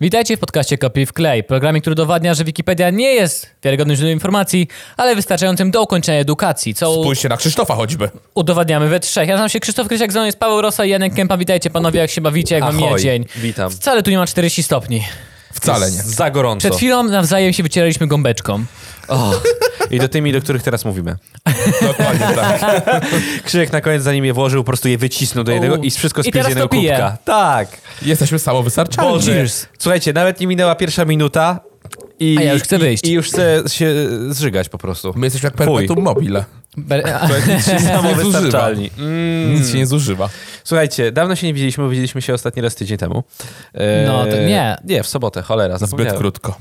Witajcie w podcaście Kopii w Klej, programie, który udowadnia, że Wikipedia nie jest wiarygodnym źródłem informacji, ale wystarczającym do ukończenia edukacji, co u- Spójrzcie na Krzysztofa choćby. udowadniamy we trzech. Ja nazywam się Krzysztof Krysiak, ze mną jest Paweł Rosa i Janek Kępa. Witajcie panowie, jak się bawicie, jak wam Ahoj, mija dzień. witam. Wcale tu nie ma 40 stopni. Wcale nie. Za gorąco. Przed chwilą nawzajem się wycieraliśmy gąbeczką. O. I do tymi, do których teraz mówimy. Dokładnie tak. Krzyk na koniec, zanim je włożył, po prostu je wycisnął do jednego i wszystko I spił teraz z jednego to piję. kubka. Tak. Jesteśmy samowystarczalni. Boże. Cheers. Słuchajcie, nawet nie minęła pierwsza minuta i... A ja już chcę wyjść. I, i już chcę się e, zżygać po prostu. My jesteśmy jak Fuj. perpetuum mobile. Be- a- To jak nic się nie zużywa. Samowystarczalni. Mm. Nic się nie zużywa. Słuchajcie, dawno się nie widzieliśmy, bo widzieliśmy się ostatni raz tydzień temu. E, No, to nie. Nie, w sobotę, cholera, Zbyt zapomniałem. krótko.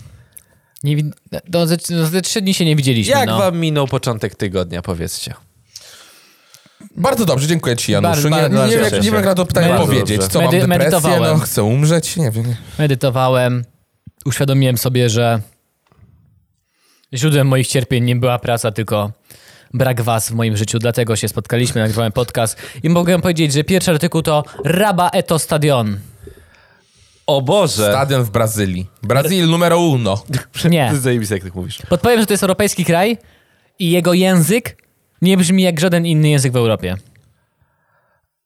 nie, wid- no, ze, no, ze trzy dni się nie widzieliśmy. Jak no. wam minął początek tygodnia, powiedzcie? Bardzo dobrze, dziękuję ci Januszu. Bardzo, Nie, bardzo nie, wiem, cieszę jak- nie się. wiem jak na to pytanie Bardzo odpowiedzieć. dobrze. Co, mam Medy- depresję? medytowałem. No, chcę umrzeć? Nie wiem. Medytowałem, uświadomiłem sobie, że źródłem moich cierpień nie była praca, tylko brak was w moim życiu. Dlatego się spotkaliśmy, nagrywałem podcast i mogę powiedzieć, że pierwszy artykuł to Raba Eto Stadion. O Tak. Boże! Stadion w Brazylii. Brazil numero uno. Nie. Zajebiste, jak tak mówisz. Podpowiem, że to jest europejski kraj i jego język nie brzmi jak żaden inny język w Europie.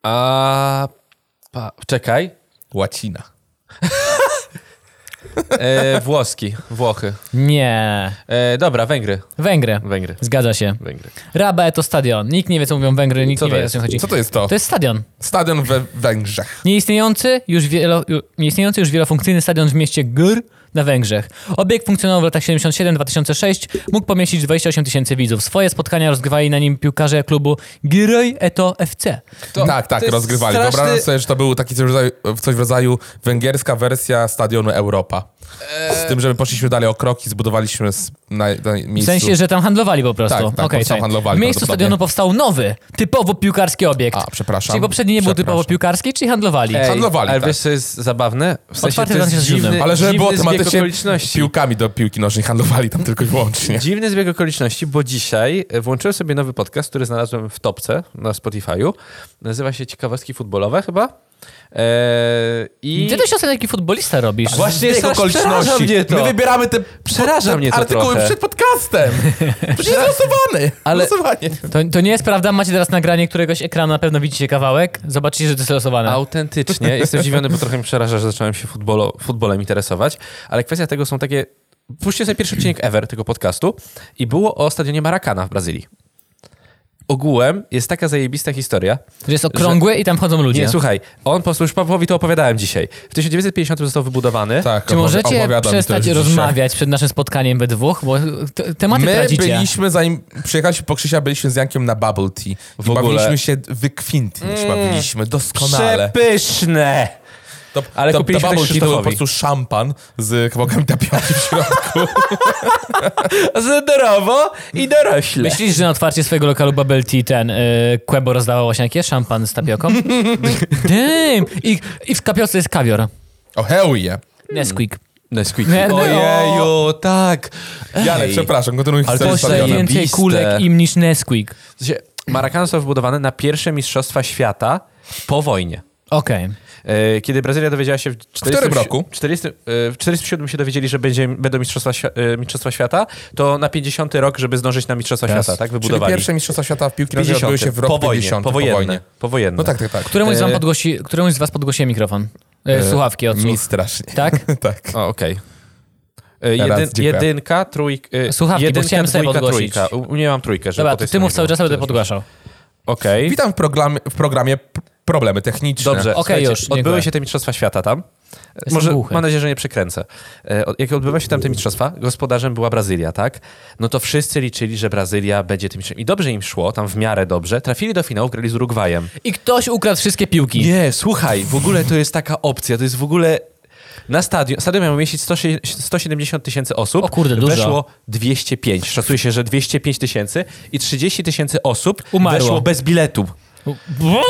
A... Pa... Czekaj. Łacina. E, włoski, Włochy. Nie. E, dobra, Węgry. Węgry. Węgry. Zgadza się. Węgry. Raba. Raba Eto Stadion. Nikt nie wie, co mówią Węgry, nikt Co nie to wie, o jest? co chodzi. Co to jest to? To jest stadion. Stadion we Węgrzech. Nieistniejący już, wielo, ju- nieistniejący już wielofunkcyjny stadion w mieście Gr na Węgrzech. Obiekt funkcjonował w latach 77-2006, mógł pomieścić 28 tysięcy widzów. Swoje spotkania rozgrywali na nim piłkarze klubu Giroj Eto FC. To- tak, tak, to jest rozgrywali. straszny- Wyobrażam sobie, że to był taki coś w, rodzaju, coś w rodzaju węgierska wersja stadionu Europa. Z tym, że my poszliśmy dalej o kroki, zbudowaliśmy s- na, na W miejscu. sensie, że tam handlowali po prostu. Tak, tak, po Okej, prostu tak. handlowali W miejscu prawdopodobnie. stadionu powstał nowy, typowo piłkarski obiekt. A, przepraszam. Czyli poprzedni nie był typowo Przepraszam. piłkarski, czyli handlowali. Ej, Handlowali, ale tak. wiesz, co jest zabawne? W sensie, Otwarty to jest 2007. dziwny, Ale żeby dziwny było zbieg tematycznie, okoliczności. piłkami do piłki nożnej handlowali tam tylko i wyłącznie. Dziwny zbieg okoliczności, bo dzisiaj e, włączyłem sobie nowy podcast, który znalazłem w topce na Spotify'u. Nazywa się Ciekawostki Futbolowe chyba. E, I... Ty też ostatnio taki futbolista robisz. Właśnie Zbieg jest okoliczności. Mnie to. My wybieramy te, Przeraża te mnie to artykuły trochę. przed podcastem. To nie jest losowany. Ale- Losowanie. To, to nie jest prawda, macie teraz nagranie któregoś ekranu, na pewno widzicie kawałek. Zobaczycie, że to jest losowane. Autentycznie. Jestem zdziwiony, bo trochę mnie przeraża, że zacząłem się futbolo, futbolem interesować. Ale kwestia tego są takie... Puśćcie sobie pierwszy odcinek ever tego podcastu i było o stadionie Maracana w Brazylii. Ogółem jest taka zajebista historia. Że jest okrągły i tam chodzą ludzie. Nie, słuchaj, on po prostu, już Pawłowi to opowiadałem dzisiaj. W 1950 został wybudowany. Tak, Czy opowi- możecie opowiadam to przestać już dzisiaj. rozmawiać przed naszym spotkaniem we dwóch, bo t- tematy My tracicie. byliśmy, zanim przyjechaliśmy po Krzysia, byliśmy z Jankiem na bubble tea. I W ogóle. bawiliśmy się wykwintnie, Mm. się bawiliśmy doskonale. Przepyszne! To, Ale to, kupiliśmy to tak bubble tea to był po Krzysztofowi. prostu szampan z kawałkami tapioki w środku. Zdrowo i dorośle. Myślisz, że na otwarcie swojego lokalu Bubble Tea ten y, Quebo rozdawał właśnie jakieś szampan z tapioką? Damn! I, I w kapioce jest kawior. Hmm. O hell yeah. Nesquik. Nesquik. Nie, no. Ojeju, tak. Janek, Ej. przepraszam, kontynuuj Ale historię to z stadionem. zajęcie. Więcej zajebiste. kulek im niż Nesquik. W sensie, Maracan został wybudowany na pierwsze Mistrzostwa Świata po wojnie. Okej. E, Kiedy Brazylia dowiedziała się w, 40, którym roku? 40, e, w 47 się dowiedzieli, że będzie, będą mistrzostwa, Świ- e, mistrzostwa Świata, to na 50 rok, żeby zdążyć na Mistrzostwa Świata, tak? Czyli Wybudowali. pierwsze mistrzostwa świata w piłki nożnej odbyły się w roku po wojnie, 50, powojenne, po wojnie. powojenne. No tak, tak, tak. Któremuś, z wam E, podgłosi, któremuś z was podgłosiłem mikrofon. E, Y, słuchawki od Mi słuch. strasznie. Tak? tak. O, okej. E, Teraz jedyn- dziękuję. jedynka, trójka. e, Słuchawki, bo jedynka, chciałem sobie dwójka, podgłosić. trójka. U, nie mam trójkę, żeby Dobra, po tej to ty mów stronie cały było. czas, będę podgłaszał. Okej. Witam w programie, w programie p- Problemy Techniczne. Okej, Dobrze. słuchajcie, już, dziękuję. Odbyły się te Mistrzostwa Świata tam. Jestem Może, głuchy. mam nadzieję, że nie przekręcę. E, od- Jak odbywa się tam te mistrzostwa, gospodarzem była Brazylia, tak? No to wszyscy liczyli, że Brazylia będzie tym mistrzem. I dobrze im szło, tam w miarę dobrze. Trafili do finału, grali z Urugwajem. I ktoś ukradł wszystkie piłki. Nie, słuchaj, w ogóle to jest taka opcja, to jest w ogóle... Na stadion, stadion miał mieścić 100, 170 tysięcy osób. O kurde, dużo. Weszło 205. Szacuje się, że 205 tysięcy i 30 tysięcy osób Umarło. weszło bez biletu,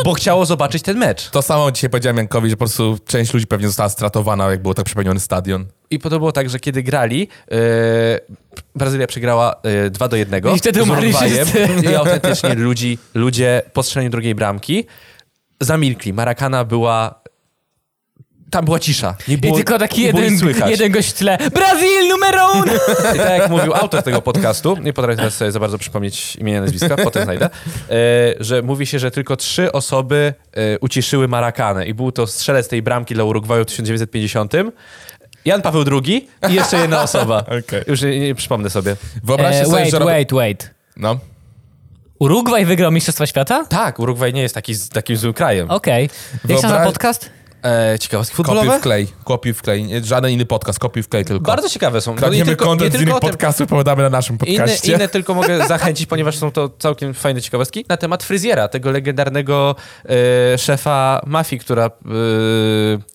bo chciało zobaczyć ten mecz. To samo dzisiaj powiedziałem Jankowi, że po prostu część ludzi pewnie została stratowana, jak było tak przepełniony stadion. I to było tak, że kiedy grali, yy, Brazylia przegrała yy, 2 do 1. I wtedy umarli wszyscy. I autentycznie ludzi, ludzie po strzeleniu drugiej bramki zamilkli. Marakana była tam była cisza. Nie I było, tylko taki nie było jeden, nic słychać. jeden gość w tle. Brazil numero uno! I tak jak mówił autor tego podcastu, nie potrafię teraz sobie za bardzo przypomnieć imienia nazwiska, potem znajdę, e, że mówi się, że tylko trzy osoby e, uciszyły Marakanę i był to strzelec tej bramki dla Urugwaju w 1950. Jan Paweł II i jeszcze jedna osoba. Okej. Już nie, nie przypomnę sobie. Wyobraźcie E, sobie, wait, że... Rob... wait, wait. No. Urugwaj wygrał Mistrzostwa Świata? Tak, Urugwaj nie jest taki, z- takim złym krajem. Okej. Jak się nazywa Wyobraź- podcast? E, ciekawostki Kopiuj futbolowe? w klej. Kopiuj w klej. Nie, Żaden inny podcast. Kopiuj w klej tylko. Bardzo ciekawe są. No i Kradniemy tylko- kontent nie z tylko innych o tym- podcastów, opowiadamy na naszym Inne, podcaście. inne tylko mogę zachęcić, ponieważ są to całkiem fajne ciekawostki, na temat fryzjera, tego legendarnego e, szefa mafii, która e,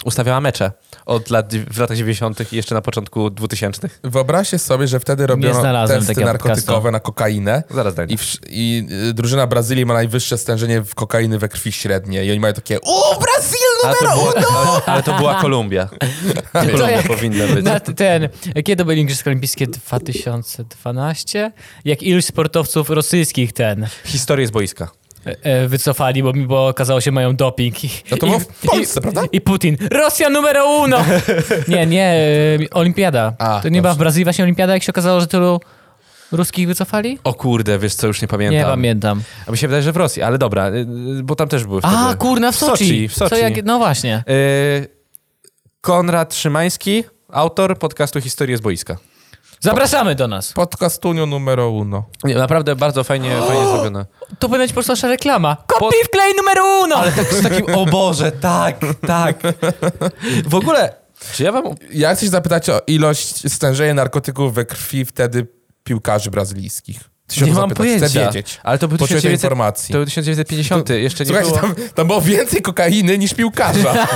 ustawiała mecze od lat, w latach 90. i jeszcze na początku 2000. Wyobraźcie sobie, że wtedy robiono znalazłem testy takiego narkotykowe na kokainę. Zaraz znajdę. I, wsz- i y, drużyna Brazylii ma najwyższe stężenie w kokainy we krwi średniej. I oni mają takie, no o, Brazyl Ale to, numero było, uno! ale, ale to była Kolumbia. no, Kolumbia jak- powinna być. Na t- ten, kiedy były Igrzyska Olimpijskie 2012? Jak iluś sportowców rosyjskich ten Historię z boiska. e, e, wycofali, bo, bo okazało się mają doping. I, No to było w Polsce, prawda? I Putin. Rosja numero uno! Nie, nie, e, olimpiada. A, to nie była dobrze. w Brazylii właśnie olimpiada, jak się okazało, że tylu ruskich wycofali? O kurde, wiesz co, już nie pamiętam. Nie pamiętam. A mi się wydaje, że w Rosji, ale dobra, y, y, bo tam też były wtedy. A, kurna, w Soczi. W Soczi. Co jak, no właśnie. Y, Konrad Szymański, autor podcastu Historię z boiska. Zapraszamy do nas. Podcastunio numero uno. Nie, naprawdę bardzo fajnie, fajnie zrobione. To będzie po prostu nasza reklama. Pod- Kopi w klej numero uno! Ale tak z takim, o Boże, tak, tak. W ogóle, czy ja wam... Ja chcę się zapytać o ilość stężenia narkotyków we krwi wtedy piłkarzy brazylijskich. Ty się o nie to mam zapytać, pojęcia. Chcę wiedzieć. Ale to był, Potrzebuję 1900, tej informacji. to był 1950, jeszcze nie Słuchajcie, było... tam, tam było więcej kokainy niż piłkarza.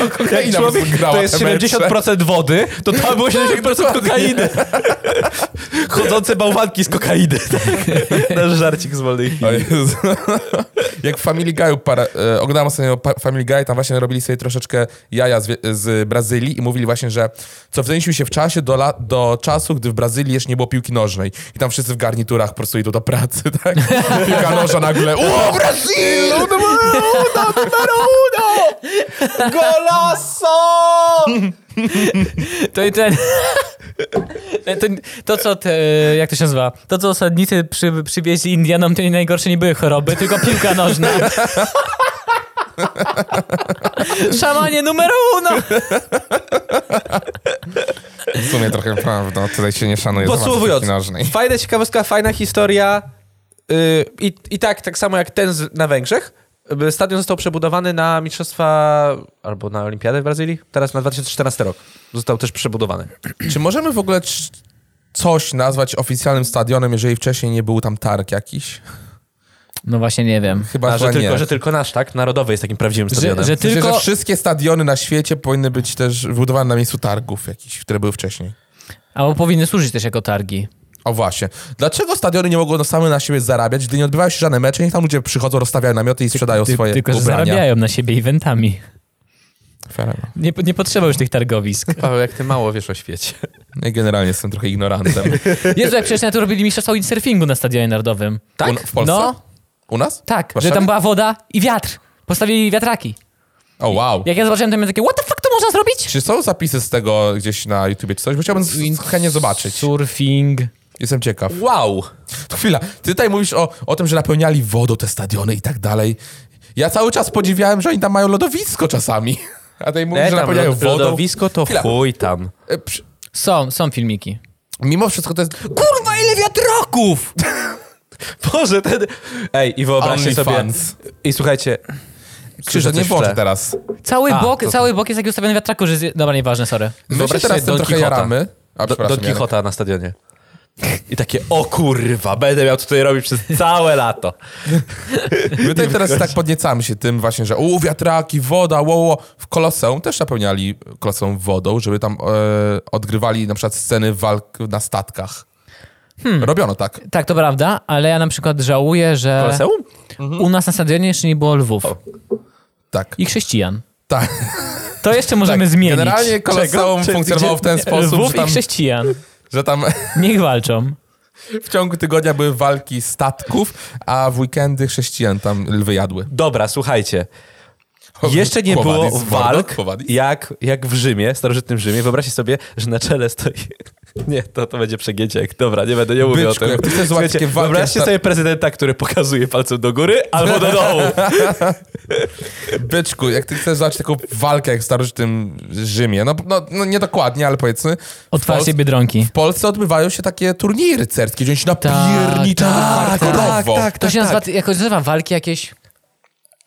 to kokaina po prostu grała to jest te mecze. 70% wody, to tam było 70% kokainy. Chodzące bałwanki z kokainy. Nasz żarcik z wolnej O chwili. Jezu. Jak w Family Guy, para, e, oglądałem ostatnio pa, Family Guy, tam właśnie robili sobie troszeczkę jaja z, wie- z Brazylii i mówili właśnie, że cofnęliśmy się w czasie do, la, do czasu, gdy w Brazylii jeszcze nie było piłki nożnej i tam wszyscy w garniturach po prostu idą do pracy, tak? Piłka nożna nagle, o Brazyl! Udo, udo, udo! Golasso! To i ten. E, To, to co te, jak to się nazywa? To co osadnicy przy, przywieźli Indianom, to nie najgorsze nie były choroby, tylko piłka nożna. Szamanie numer uno! W sumie trochę prawda, tutaj się nie szanuje za bardzo Podsumowując, piłki nożnej. fajna ciekawostka, fajna historia. Yy, I, I tak, tak samo jak ten z, na Węgrzech, yy, stadion został przebudowany na mistrzostwa albo na olimpiadę w Brazylii. Teraz na 2014 rok został też przebudowany. Czy możemy w ogóle c- coś nazwać oficjalnym stadionem, jeżeli wcześniej nie był tam targ jakiś? No właśnie nie wiem. Chyba, A, że, że tylko, nie. że tylko nasz, tak? Narodowy jest takim prawdziwym Że, stadionem. że W sensie, tylko. że wszystkie stadiony na świecie powinny być też wybudowane na miejscu targów jakichś, które były wcześniej. Albo powinny służyć też jako targi. O właśnie. Dlaczego stadiony nie mogą same na siebie zarabiać, gdy nie odbywają się żadne mecze, niech tam ludzie przychodzą, rozstawiają namioty i sprzedają Ty, swoje tylko, że ubrania. zarabiają na siebie eventami. Ferrero. Nie, nie potrzeba już tych targowisk. Paweł, jak ty mało wiesz o świecie. Ja No generalnie jestem trochę ignorantem. Jezu, jak przecież na to robili mistrzostwo windsurfingu na stadionie narodowym. U, w Polsce? No, U nas? tak, że Warszawie? tam była woda i wiatr. Postawili wiatraki. O wow. Jak ja zobaczyłem, to miałem takie, what the fuck, to można zrobić? Czy są zapisy z tego gdzieś na YouTubie czy coś? Bo chciałbym z- chętnie zobaczyć. Surfing. Jestem ciekaw. Wow! To chwila, ty tutaj mówisz o, o tym, że napełniali wodą te stadiony i tak dalej. Ja cały czas podziwiałem, że oni tam mają lodowisko czasami. A tutaj mówisz, E, że tam napełniają lod, wodą. lodowisko to Chwila. chuj tam. E, przy- Są, są filmiki. Mimo wszystko to jest... Kurwa, ile wiatraków! Tak, Boże, ten... Ej, i wyobraźcie Only sobie... fans. I słuchajcie... Krzyże, Słyszę nie coś w włączę tle. teraz. Cały, A, bok, to- cały bok jest taki ustawiony wiatraku, że... Zje... Dobra, nieważne, sorry. Wyobraźcie Wyobraź sobie teraz tym Don trochę Quixota. jaramy. A, Do, przepraszam, Don Janek. Quixota na stadionie. I takie, o kurwa, będę miał co tutaj robić przez całe lato. My tutaj teraz tak podniecamy się tym właśnie, że u, wiatraki, woda, wow, wow. W Koloseum też napełniali Koloseum wodą, żeby tam e, odgrywali na przykład sceny walk na statkach. Hmm. Robiono tak. Tak, to prawda, ale ja na przykład żałuję, że Mhm. Koloseum? u nas na stadionie jeszcze nie było lwów Tak. i chrześcijan. tak. To jeszcze możemy tak, zmienić. Generalnie Koloseum Czego? funkcjonowało w ten Gdzie- sposób, Lwów że tam, i chrześcijan. że tam Niech walczą. w ciągu tygodnia były walki statków, a w weekendy chrześcijan tam lwy jadły. Dobra, słuchajcie. Jeszcze nie Kowady było z Wardą, walk Kowady. jak, jak w Rzymie, starożytnym Rzymie. Wyobraźcie sobie, że na czele stoi... Nie, to, to będzie przegięciek. Dobra, nie będę nie mówił Byczku, o tym. jak ty chcesz zobaczyć Słuchajcie, takie walki, Wyobraźcie jak ta- sobie prezydenta, który pokazuje palcem do góry albo do dołu. Byczku, jak ty chcesz zobaczyć taką walkę jak w starożytnym Rzymie, no, no, no nie dokładnie, ale powiedzmy. w Otwarcie Polsce- biedronki. W Polsce odbywają się takie turnieje rycerskie, gdzie oni się napierniczają tak, hardkorowo. tak, tak. To się nazywa, jak nazywa walki jakieś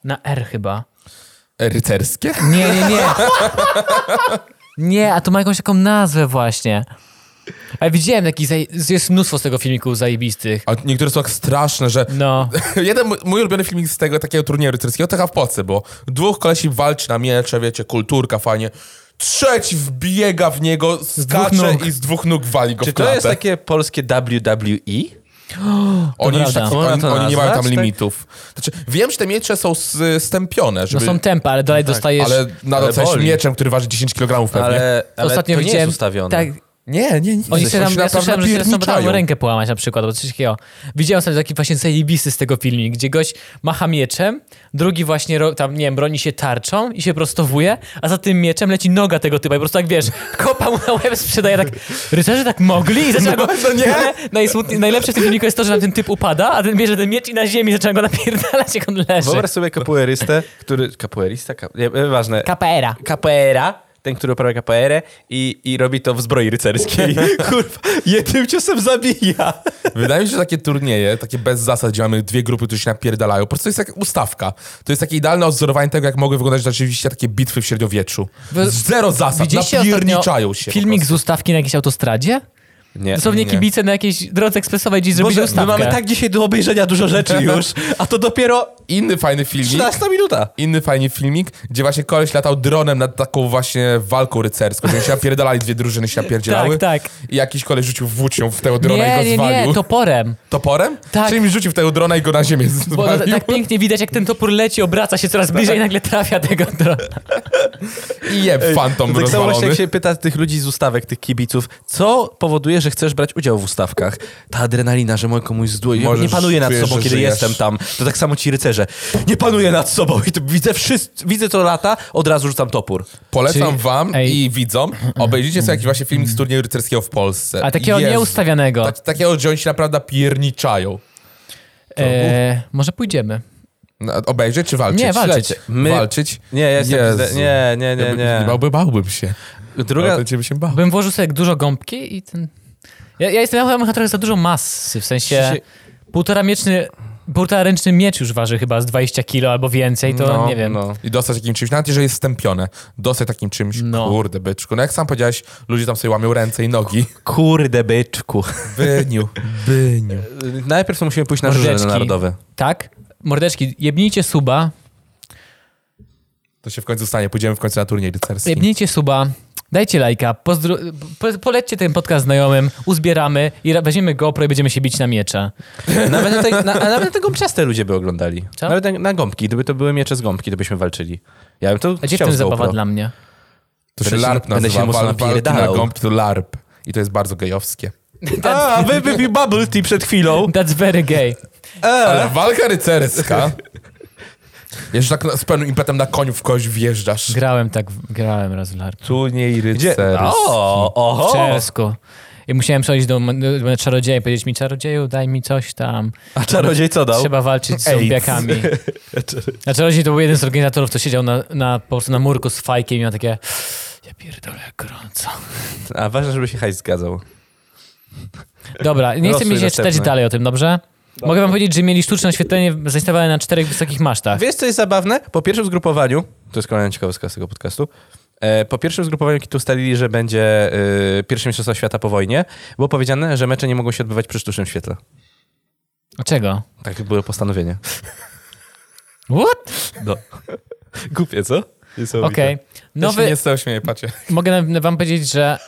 na R chyba. E, Rycerskie? Nie, nie, nie. Nie, a to ma jakąś taką nazwę właśnie. Ale widziałem taki, zaje- jest mnóstwo z tego filmików zajebistych. A niektóre są tak straszne, że No. Jeden mój- mój ulubiony filmik z tego takiego turnieju rycerskiego, taka w Polsce, bo dwóch kolesi walczy na miecze, wiecie, kulturka, fajnie. Trzeci wbiega w niego, skacze nóg. i z dwóch nóg wali go Czy w klatę. to jest takie polskie E? WWE? oni, już prawda. tak, Można oni, to oni nie mają tam nazwać, tak? limitów. Znaczy, wiem, że te miecze są s- stępione, No żeby, są tempa, ale dalej dostajesz... ale nadal tak, ale jesteś boli. mieczem, który waży 10 kg pewnie. Ale, ale Ostatnio to nie widziałem... jest ustawione. Tak, Nie, nie, nie. oni się tam, ja naprawdę słyszałem, że sobie napierniczają. tam rękę połamać na przykład, bo coś takiego. Widziałem sobie taki właśnie zajebisty z tego filmik, gdzie gość macha mieczem, drugi właśnie ro, tam, nie wiem, broni się tarczą i się prostowuje, a za tym mieczem leci noga tego typa i po prostu tak, wiesz, kopa mu na łeb sprzedaje tak, rycerze tak mogli i zaczyna go... no nie. Ale najsmutniej, najlepsze w tym filmiku jest to, że nam ten typ upada, a ten bierze ten miecz i na ziemi zaczyna go napierdalać, jak on leży. Wyobraź sobie kapuerystę, który... Kapuerista? Kap... Nie, ważne. Capoeira. capoeira, ten, który uprawia capoeirę i, i robi to w zbroi rycerskiej. Kurwa, jednym ciosem zabija. Wydaje mi się, że takie turnieje, takie bez zasad, gdzie mamy dwie grupy, które się napierdalają, po prostu jest jak ustawka. To jest takie idealne odzorowanie tego, jak mogły wyglądać rzeczywiście takie bitwy w średniowieczu. Wy- Zero zasad, Widzieliście ostatnio napierniczają się. po filmik prostu. z ustawki na jakiejś autostradzie? Nie. Dosłownie nie. kibice na jakiejś drodze ekspresowej dziś zrobili Boże, my ustawkę. mamy tak dzisiaj do obejrzenia dużo rzeczy już, a to dopiero Inny fajny filmik. 13 minuta. Inny fajny filmik, gdzie właśnie koleś latał dronem nad taką właśnie walką rycerską, gdzie się napierdalali, dwie drużyny się napierdzielały. Tak, tak. I jakiś koleś rzucił włócznią w tego drona i go Nie, nie, zwalił. nie, toporem. Toporem? Tak. Czyli mi rzucił w tego drona i go na ziemię zwalił. Bo to, tak pięknie widać, jak ten topór leci, obraca się coraz bliżej i nagle trafia tego drona. I jeb fantom To tak samo właśnie rozwalony. jak się pyta tych ludzi z ustawek, tych kibiców, co powoduje, że chcesz brać udział w ustawkach? Ta adrenalina, że mój komuś zdło, ja Możesz, nie panuję nad czujesz, sobą, że kiedy żyjesz. jestem tam. To tak samo ci rycerze. Nie panuję nad sobą i to widzę wszyscy, widzę to lata, od razu rzucam topór. Polecam Czyli- wam Ej. i widzom, obejrzyjcie sobie jakiś właśnie filmik z turnieju rycerskiego w Polsce. A takiego Jezu. nieustawionego. Tak, takiego, gdzie oni się naprawdę pierniczają. E, może pójdziemy. No, Obejrzeć czy walczyć? Nie, walczyć. Śledźcie. My- Walczyć? Nie, ja jestem... Jezu. Nie, nie, nie, Ja bym- nie. Bałby, bałbym się. Druga, Ja ciebie się bał. Bym włożył sobie dużo gąbki i ten... Ja, ja jestem, ja mam trochę za dużo masy, w sensie Się- półtora mieczny... Półtora ręczny miecz już waży chyba z 20 kilo albo więcej, to No, nie wiem. no. I dostać takim czymś, nawet jeżeli jest stępione, dostać takim czymś, No. kurde byczku. No jak sam powiedziałeś, ludzie tam sobie łamią ręce i nogi. Kurde byczku. Byniu, byniu. Najpierw to musimy pójść na żużel Mordeczki. narodowy. Tak? Mordeczki, jebnijcie suba, To się w końcu stanie, pójdziemy w końcu na turniej rycerski. Jebnijcie suba, dajcie lajka, pozdro- po- polećcie ten podcast znajomym, uzbieramy i ra- weźmiemy GoPro i będziemy się bić na miecze. Nawet na, te, na, a nawet na gąbczaste ludzie by oglądali. Co? Nawet na, na gąbki. Gdyby to były miecze z gąbki, to byśmy walczyli. Ja bym to A gdzie w chciał tym z GoPro. zabawa dla mnie? To się Będę się- larp będę się nazywa, mocno wal, walki na napierdalał. gąbki to larp. I to jest bardzo gejowskie. A, wy wypił bubble tea przed chwilą. E. That's very gay. Ale walka rycerska. Jeszcze tak na- z pełnym impetem na koniu w kogoś wjeżdżasz. Grałem tak, w- grałem raz w LARP. Turniej Gdzie? O, W oho. Czesku. I musiałem przejść do, m- do czarodzieja i powiedzieć mi, czarodzieju, daj mi coś tam. A czarodziej co dał? Trzeba walczyć z AIDS. zombiakami. A czarodziej to był jeden z organizatorów, co siedział na, na, po prostu na murku z fajkiem i miał takie... Ja pierdolę, jak gorąco. A ważne, żeby się hajs zgadzał. Dobra, nie chcę Losuj mi się czytać następny. dalej o tym, dobrze? Mogę wam powiedzieć, że mieli sztuczne oświetlenie zainstalowane na czterech wysokich masztach. Wiesz, co jest zabawne? Po pierwszym zgrupowaniu, to jest kolejna ciekawostka z tego podcastu, e, po pierwszym zgrupowaniu, kiedy ustalili, że będzie y, pierwsze mistrzostwo świata po wojnie, było powiedziane, że mecze nie mogą się odbywać przy sztucznym świetle. Dlaczego? Tak było postanowienie. What? No. Głupie, co? Okej. Nowy... Nowy... Ja się nie z tego śmieję, patrzcie. Mogę na- wam powiedzieć, że...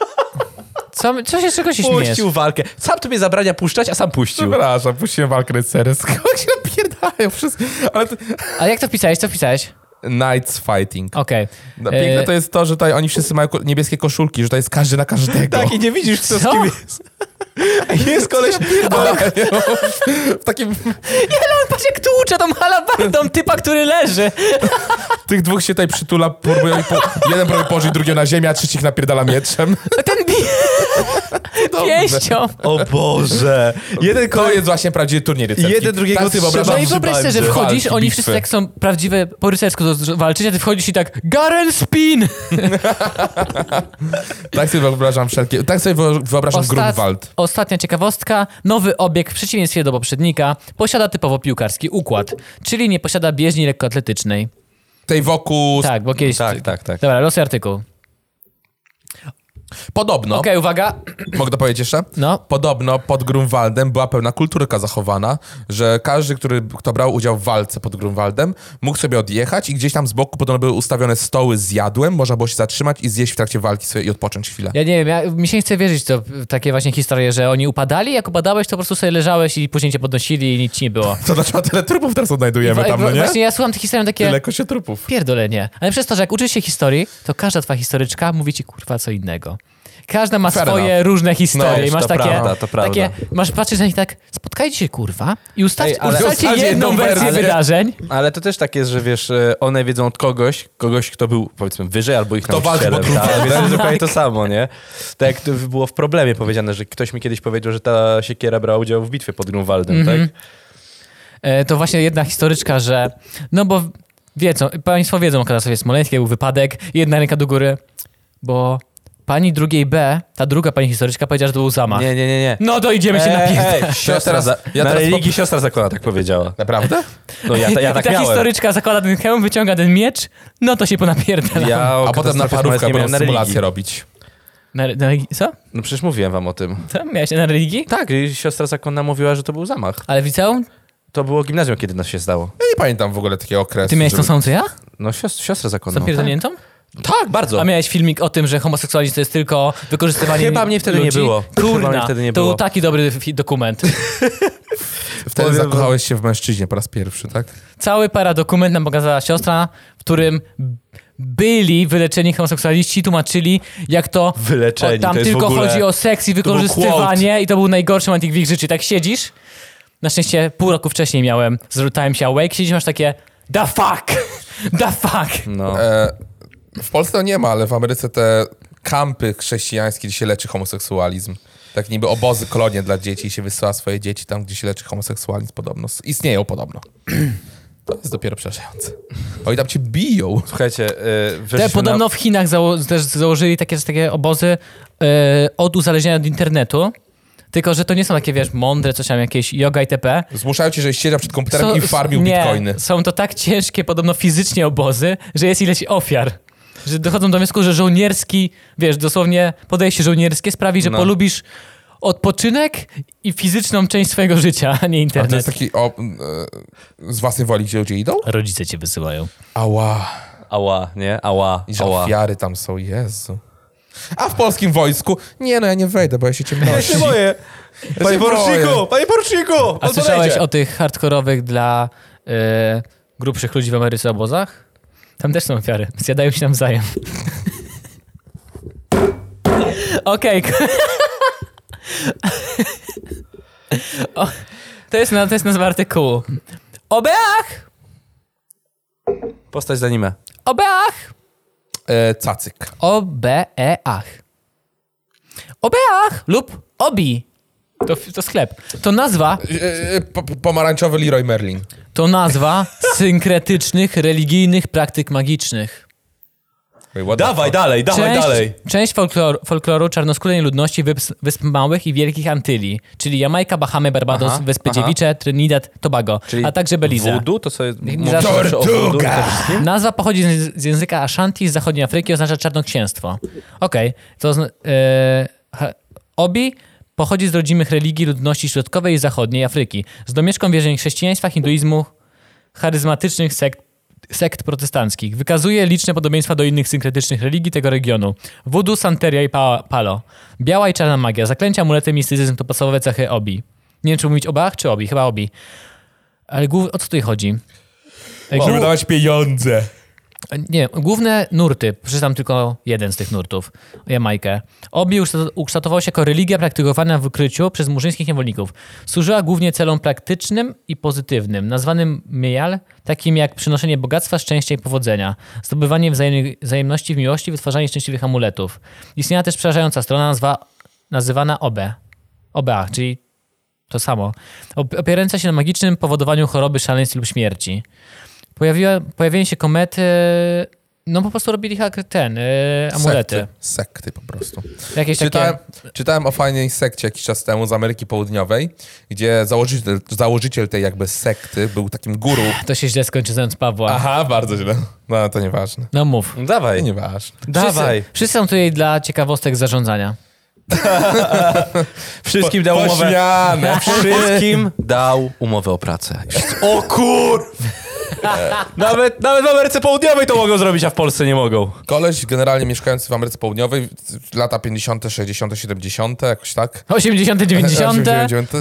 Co, co się, czego się śmiesz? Puścił walkę. Sam tobie zabrania puszczać, a sam puścił. Przepraszam, puściłem walkę rycerską. Jak się napierdają wszystko. Ale to... A jak to wpisałeś? Co wpisałeś? Knights Fighting. Okej. No, E, Piękne to Tak, Tak, jest to, że tutaj oni wszyscy mają ko- niebieskie koszulki, że to jest każdy na każdego. No, nie widzisz, Co? jest. Jest koleś... No, W takim... Ale patrz jak tłucze tą halabardą typa, który leży. Tych dwóch się tutaj przytula, próbują i po... jeden próbuje położyć, drugiego na ziemię, a trzecich napierdala mieczem. A ten bije pięścią. O Boże! Jeden To kolej... jest właśnie prawdziwy turniej rycerski. Jeden drugiego tak sobie trzyma. wyobrażam No i Walczy, wyobraź sobie, że walczy. wchodzisz, Walczy, oni bitwy. wszyscy jak są prawdziwe po rycersko to z- walczyć, a ty wchodzisz i tak Garen Spin! Tak sobie wyobrażam wszelkie. Tak sobie wyo- wyobrażam Grunwald. ostatnia ciekawostka. Nowy obieg w przeciwieństwie do poprzednika posiada typowo piłkarski układ, czyli nie posiada bieżni lekkoatletycznej. Tej wokół. Tak, bo kiedyś... Tak, tak, tak. Dobra, losy artykuł. Podobno, Okej, uwaga. mogę to powiedzieć jeszcze? No. Podobno pod Grunwaldem była pewna kulturka zachowana, że każdy, który, kto brał udział w walce pod Grunwaldem, mógł sobie odjechać i gdzieś tam z boku podobno były ustawione stoły z jadłem, można było się zatrzymać i zjeść w trakcie walki sobie i odpocząć chwilę. Ja nie wiem, ja, mi się nie chce wierzyć to w takie właśnie historie, że oni upadali, jak upadałeś, to po prostu sobie leżałeś i później cię podnosili i nic ci nie było. To dlaczego tyle trupów teraz odnajdujemy Wa- tam, no wa- nie? Właśnie ja słucham tych historii takie... Tyle kosie trupów. Pierdolenie. Ale przez to, że jak uczysz się historii, to każda twoja historyczka mówi ci kurwa co innego. Każda ma Fair swoje enough. różne historie. No, I masz to takie, prawda, to prawda. takie, masz patrzeć na nich tak, spotkajcie się kurwa i ustawcie, Ej, ale- ustalcie Ustalcie jedną, jedną wersję wersję. wydarzeń. Ale to też tak jest, że wiesz, e, one wiedzą od kogoś, kogoś, kto był powiedzmy wyżej albo ich Kto walczył nauczycielem. pod tak, Grunwaldem. więc to jest dokładnie to samo, nie? Tak jak to było w problemie powiedziane, że ktoś mi kiedyś powiedział, że ta siekiera brała udział w bitwie pod Grunwaldem, tak? E, to właśnie jedna historyczka, że no bo wiedzą, państwo wiedzą o katastrofie smoleńskiej, był wypadek, jedna ręka do góry, bo pani drugiej B, ta druga pani historyczka powiedziała, że to był zamach. Nie, Eee. nie, nie, nie. No to idziemy się Ej, na ej, siostra teraz- za, ja na teraz religii siostra zakona tak powiedziała. Naprawdę? No ja, ta, ja tak ta miałem. historyczka zakłada ten hełm, wyciąga ten miecz, no to się ponapierdala. Ja o A potem na katastrofie parówkę smoleńskiej będą miałem na symulację religii. robić. Na, na, co? No przecież mówiłem wam o tym. Co? Miałeś na religii? Tak, i siostra zakonna mówiła, że to był zamach. Ale w liceum? To było gimnazjum, kiedy nas się zdało. Ja nie pamiętam w ogóle takiego okresu. Ty miałeś tą żeby- samą co ja? No siostra, siostra zakonna. Z tą pierdolniętą? Tak, bardzo. A miałeś filmik o tym, że homoseksualizm to jest tylko wykorzystywanie Chyba mnie wtedy nie ludzi? było. Kurna, Chyba mnie wtedy to nie było. był taki dobry fi- dokument. Wtedy Powiem wam- zakochałeś się w mężczyźnie po raz pierwszy, tak? Cały paradokument nam pokazała siostra, w którym byli wyleczeni homoseksualiści, tłumaczyli, jak to Wyleczeni, o, tam to jest w tylko ogóle- chodzi o seks i był wykorzystywanie i to był najgorszy moment ich- w ich życiu. Tak siedzisz, na szczęście pół roku wcześniej miałem, zrzucałem się awake, siedzisz masz takie the fuck, the fuck. No. E, w Polsce nie ma, ale w Ameryce te kampy chrześcijańskie, gdzie się leczy homoseksualizm. Tak niby obozy, kolonie dla dzieci i się wysyła swoje dzieci tam, gdzie się leczy homoseksualizm podobno. S- Istnieją podobno. To jest dopiero przerażające. Oni tam cię biją. Słuchajcie, yy, Te weszliśmy podobno na... w Chinach zało- też założyli takie, takie obozy e, od uzależnienia od internetu, tylko że to nie są takie, wiesz, mądre, coś tam, jakieś yoga itp., Zmuszają cię, żeś siedział przed komputerem Są- i farmił nie, bitcoiny. Są to tak ciężkie podobno fizycznie obozy, że jest ileś ofiar. Że dochodzą do wniosku, że żołnierski, wiesz, dosłownie podejście żołnierskie sprawi, że No. polubisz odpoczynek i fizyczną część swojego życia, a nie A internet. to jest taki o, e, z własnej woli, gdzie ludzie idą? Rodzice cię wysyłają. Ała. Ała, nie? Ała, I że ała. ofiary tam są, Jezu. A w polskim wojsku? Nie no, ja nie wejdę, bo ja się ciemności. boję! Panie poruczniku, Panie poruczniku! A słyszałeś o tych hardkorowych dla e, grubszych ludzi w Ameryce obozach? Tam też są ofiary. Zjadają się nawzajem. Okej. O, to jest, na- to jest nazwa artykułu. O beach! Postać z anime. O beach! E, cacyk. O b e ach. O beach lub obi. To, f- to sklep. To nazwa E, po, po- pomarańczowy Leroy Merlin. To nazwa synkretycznych, religijnych praktyk magicznych. Wait, what the Dawaj fuck? dalej, dawaj Część, dalej! część folklor, folkloru czarnoskórnej ludności wysp, wysp Małych i Wielkich Antyli, czyli Jamajka, Bahamy, Barbados, Aha, Wyspy aha. Dziewicze, Trinidad, Tobago, Czyli a także Belize. Voodoo to sobie... mi Zawsze zawsze- o voodoo i te Tortuga! wszystkie- Nazwa pochodzi z, z języka Ashanti z zachodniej Afryki, oznacza czarnoksięstwo. Okej, to zna- e, ha- obi pochodzi z rodzimych religii ludności środkowej i zachodniej Afryki, z domieszką wierzeń chrześcijaństwa, hinduizmu, charyzmatycznych sekt, sekt protestanckich. Wykazuje liczne podobieństwa do innych synkretycznych religii tego regionu. Voodoo, Santeria i pa- Palo. Biała i czarna magia, zaklęcia, amulety, mistycyzm to podstawowe cechy obi. Nie wiem, czy mówić o Bach, czy obi, chyba obi. Ale głów- o co tutaj chodzi? Żeby dawać pieniądze. nie, główne nurty, przeczytam tylko jeden z tych nurtów, Jamajkę. Obi ukształt- ukształtował się jako religia praktykowana w ukryciu przez murzyńskich niewolników. Służyła głównie celom praktycznym i pozytywnym, nazwanym myjal, takim jak przynoszenie bogactwa, szczęścia i powodzenia, zdobywanie wzajemnej- wzajemności w miłości, wytwarzanie szczęśliwych amuletów. Istniała też przerażająca strona nazwa, nazywana OBE. OBA, czyli to samo. Op- Opierająca się na magicznym powodowaniu choroby, szaleństw lub śmierci. Pojawiła, pojawienie się komety. No po prostu robili hak ten, y, amulety. Sekty, sekty po prostu. Jakieś Czytałem, takie. czytałem o fajnej sekcie jakiś czas temu z Ameryki Południowej, gdzie założyciel, założyciel tej jakby sekty był takim guru. To się źle skończy znając Pawła. Aha, bardzo źle. No to nieważne. No mów. No Dawaj, To nieważne. dawaj. Wszyscy, wszyscy są tutaj dla ciekawostek zarządzania. Wszystkim dał umowę. Pośmiane. Wszystkim dał umowę o pracę. O kur... Nawet, nawet w Ameryce Południowej to mogą zrobić, a w Polsce nie mogą. Koleś generalnie mieszkający w Ameryce Południowej, lata 50., 60., 70., jakoś tak. 80, 90. 90.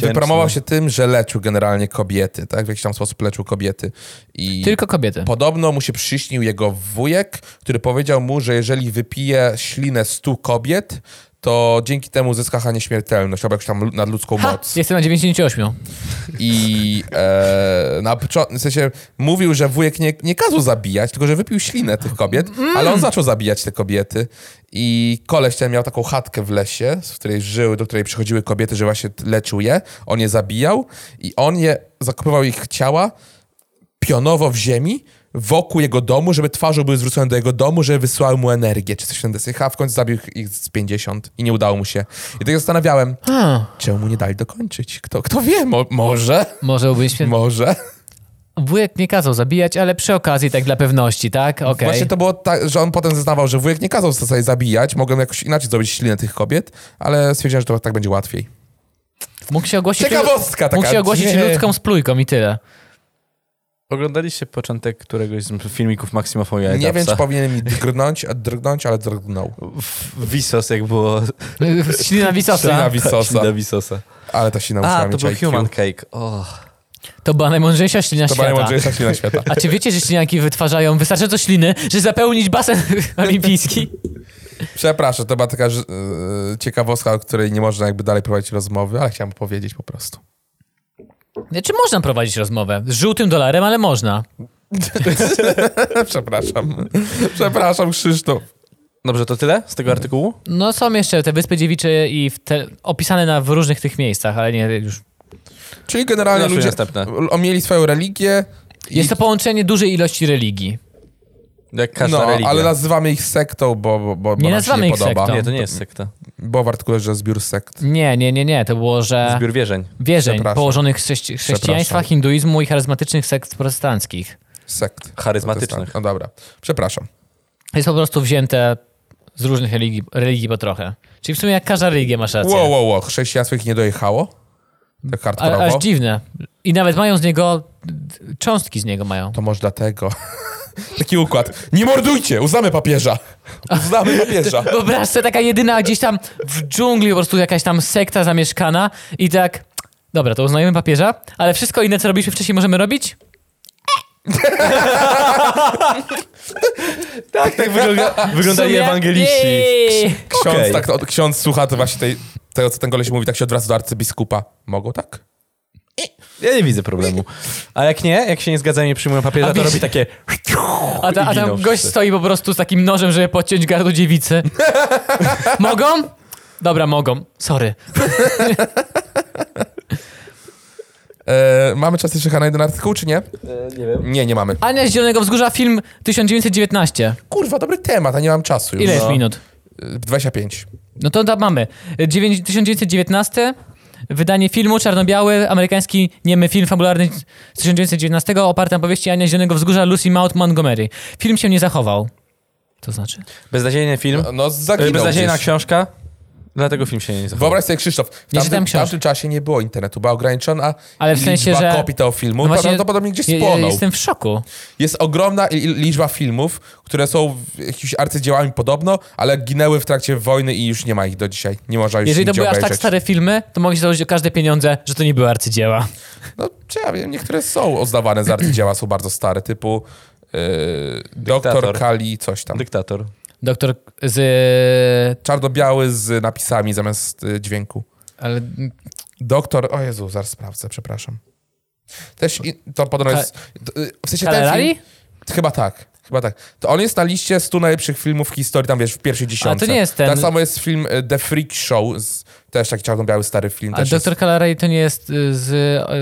Wypromował się tym, że leczył generalnie kobiety, tak? W jakiś tam sposób leczył kobiety. I Tylko kobiety. podobno mu się przyśnił jego wujek, który powiedział mu, że jeżeli wypije ślinę 100 kobiet, to dzięki temu zyska ha nieśmiertelność, albo jakąś tam lu- nadludzką Ha, moc. jestem na 98. I e, na początku, w sensie mówił, że wujek nie, nie kazał zabijać, tylko że wypił ślinę tych kobiet, ale on zaczął zabijać te kobiety. I koleś ten miał taką chatkę w lesie, z której żyły, do której przychodziły kobiety, że właśnie leczył je. On je zabijał i on je, zakopywał ich ciała pionowo w ziemi wokół jego domu, żeby twarze były zwrócone do jego domu, żeby wysłały mu energię czy coś w ten desy. A w końcu zabił ich z 50 i nie udało mu się. I tak zastanawiałem, A, czemu mu nie dali dokończyć? Kto, kto wie, mo może... może byłbyś świetny. Może. Wujek nie kazał zabijać, ale przy okazji, tak dla pewności, tak? Okej. Właśnie to było tak, że on potem zeznawał, że wujek nie kazał sobie zabijać, mogłem jakoś inaczej zrobić ślinę tych kobiet, ale stwierdziłem, że to tak będzie łatwiej. Mógł się ogłosić. Ciekawostka taka. Mógł się ogłosić Nie. ludzką splójką i tyle. Oglądaliście początek któregoś z filmików Maxima Fonia Nie wiem, czy powinien mi drgnąć, a drgnąć, ale drgnął. Wisos, jak było... Ślina Ślina Wisosa. Wisosa. Ślina Wisosa. Ale ta ślina musiała A, to mieć był IQ. human cake. O. To była najmądrzejsza ślina To była świata. najmądrzejsza ślina świata. A czy wiecie, że śliniaki wytwarzają wystarczająco śliny, że zapełnić basen olimpijski? Przepraszam, to była taka że, e, ciekawostka, o której nie można jakby dalej prowadzić rozmowy, ale chciałem powiedzieć po prostu. Nie, Czy Znaczy, można prowadzić rozmowę? Z żółtym dolarem, ale można. Przepraszam. Przepraszam, Krzysztof. Dobrze, to tyle z tego artykułu? No są jeszcze te Wyspy Dziewicze i w te, opisane na, w różnych tych miejscach, ale nie już. Czyli generalnie Proszę, ludzie następne. o- mieli swoją religię. i- Jest to połączenie dużej ilości religii. Jak każda No, religia. ale nazywamy ich sektą, bo, bo, bo, bo Nie nam się nazywamy nie ich podoba. sektą. Nie, to nie jest sekta. Było w artykule, że zbiór sekt. Nie, nie, nie, nie. To było, że Zbiór wierzeń. wierzeń Przepraszam. położonych z chrześci- chrześcijaństwa, Przepraszam. hinduizmu i charyzmatycznych sekt protestanckich. Sekt. Charyzmatycznych. Protestant- No dobra, przepraszam. Jest po prostu wzięte z różnych religii, religii po trochę. Czyli w sumie jak każda religia masz rację. Wow, wow, wow. Chrześcijaństwo ich nie dojechało? Tak A, aż hardkorowo? dziwne. I nawet mają z niego, cząstki z niego mają. To może dlatego. Taki układ. Nie mordujcie! Uznamy papieża! Uznamy papieża! Wyobraź sobie taka jedyna gdzieś tam w dżungli po prostu jakaś tam sekta zamieszkana i tak, dobra, to uznajemy papieża, ale wszystko inne, co robiliśmy wcześniej, możemy robić? Tak, tak wygląda, wyglądali W sumie? ewangeliści. Jej! Ksiądz, Okej. tak, od- ksiądz słucha to właśnie tej, tego, co ten koleś mówi, tak się odwraca do arcybiskupa. Mogą tak? Ja nie widzę problemu. A jak nie, jak się nie zgadzają, nie przyjmują A papieża, to wiecie- robi takie... A, ta, a I giną tam gość wszyscy. stoi po prostu z takim nożem, żeby podciąć gardło dziewicy. Mogą? Dobra, mogą. Sorry. E, mamy czas jeszcze na jeden artykuł, czy nie? nie wiem. Nie, nie mamy. Ania z Zielonego Wzgórza, film 1919. Kurwa, dobry temat, a nie mam czasu już. Ile jest No. minut? E, 25. No to tam mamy. E, dziewięć- 1919, wydanie filmu czarno-biały, amerykański niemy film fabularny z 1919, oparty na powieści Ania z Zielonego Wzgórza Lucy Maud Montgomery. Film się nie zachował. To znaczy? Beznadziejny film. E, No, zaginął. Beznadziejna gdzieś. książka. Dlatego film się nie zachował. Wyobraź sobie, Krzysztof, w Nie tamtym, czytałem w książki. tamtym czasie nie było internetu, była ograniczona Ale w sensie, liczba że- kopii tego filmu. No właśnie, Prawdopodobnie gdzieś ja- ja spłonął. Jestem w szoku. Jest ogromna i- i- liczba filmów, które są w- jakimiś arcydziełami podobno, ale ginęły w trakcie wojny i już nie ma ich do dzisiaj. Nie można już Jeżeli to nigdzie były aż tak obejrzeć. stare filmy, to mogli założyć o każde pieniądze, że to nie były arcydzieła. No, czy ja wiem, niektóre są uznawane za arcydzieła, są bardzo stare, typu doktor Dyktator. Kali coś tam. Dyktator. Doktor e, z... Czarno-biały z napisami zamiast y, dźwięku. Ale Doktor, o Jezu, zaraz sprawdzę, przepraszam. Też i, to podobno Ka- jest... to, y, W sensie ten film, Kalerari? Chyba tak, chyba tak. To on jest na liście 100 najlepszych filmów w historii, tam wiesz, w pierwszej dziesiątce. to nie jest ten- Tak samo jest film y, The Freak Show, z, też taki czarno-biały stary film. A Też doktor Kalerari to nie jest y, z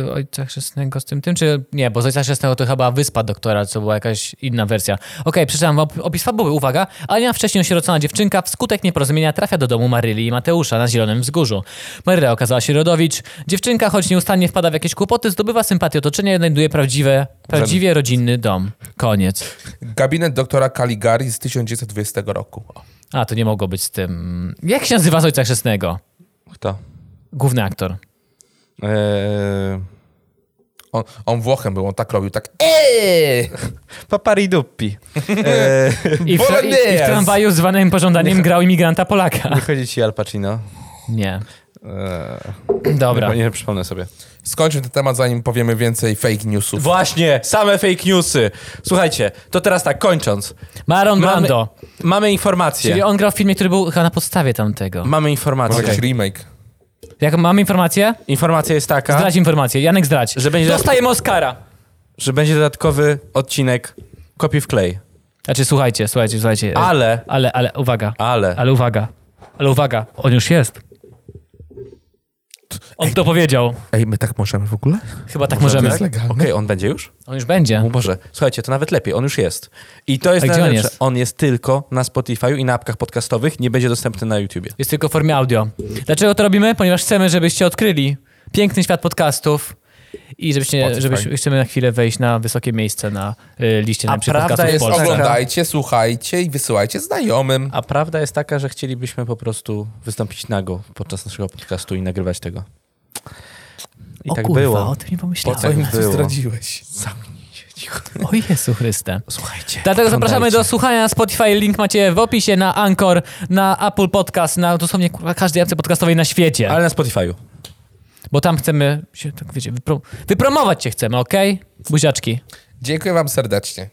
y, Ojca Chrzestnego z tym tym, czy... Nie, bo z Ojca Chrzestnego to chyba Wyspa Doktora, co była jakaś inna wersja. Okej, przeczytam wam op- opis fabuły, uwaga. Ania, wcześniej osierocona dziewczynka, wskutek nieporozumienia trafia do domu Maryli i Mateusza na Zielonym Wzgórzu. Maryla okazała się rodowicz. Dziewczynka, choć nieustannie wpada w jakieś kłopoty, zdobywa sympatię otoczenia i znajduje prawdziwe, prawdziwie rodzinny dom. Koniec. jest Gabinet doktora Caligari z 1920 roku. O. A, to nie mogło być z tym... Jak się nazywa z Ojca Chrzestnego? Kto? Główny aktor. Eee, On, on Włochem był, on tak robił, tak eee! Papariduppi. Eee, I w, tra- i, I w Bolognese. tramwaju zwanym pożądaniem grał imigranta Polaka. nie chodzi ci Al Pacino. Nie. Eee, Dobra. Nie, nie przypomnę sobie. Skończmy ten temat, zanim powiemy więcej fake newsów. Właśnie, same fake newsy. Słuchajcie, to teraz tak, kończąc. Maron Mamy- Brando. Mamy informację. Czyli on grał w filmie, który był chyba na podstawie tamtego. Mamy Może informację. jakiś remake. Jak mam informację? Informacja jest taka, Zdradź informację. Janek zdradź. Że będzie- Dostajemy Oscara. że będzie dodatkowy odcinek kopi w klej. Znaczy, słuchajcie, słuchajcie, słuchajcie. Ale, Ale, ale, ale uwaga. ale, E. Ale uwaga. Ale uwaga. On już jest. On to powiedział. Ej, my tak możemy w ogóle? Chyba tak To możemy. jest legalne. Okej, on będzie już? On już będzie. O Boże, słuchajcie, to nawet lepiej, on już jest. I to jest A gdzie on najlepsze. jest? on jest tylko na Spotify i na apkach podcastowych, nie będzie dostępny na YouTubie. Jest tylko w formie audio. Dlaczego to robimy? Ponieważ chcemy, żebyście odkryli piękny świat podcastów i żebyście, Spotify. żebyście chcemy na chwilę wejść na wysokie miejsce na y, liście najlepszych prawda podcastów w jest Polsce. taka- Oglądajcie, słuchajcie i wysyłajcie znajomym. A prawda jest taka, że chcielibyśmy po prostu wystąpić nago podczas naszego podcastu i nagrywać tego. I o tak kurwa, o było. tym nie Po pomyślałem. co im to było. zdradziłeś? O Jezu Chryste. Słuchajcie. Dlatego zapraszamy oglądajcie. do słuchania Spotify. Link macie w opisie na Anchor, na Apple Podcast, na dosłownie kurwa, każdej apce podcastowej na świecie. Ale na Spotify'u. Bo tam chcemy się, tak wiecie, wypro- wypromować się chcemy, okej? Buziaczki. Dziękuję wam serdecznie.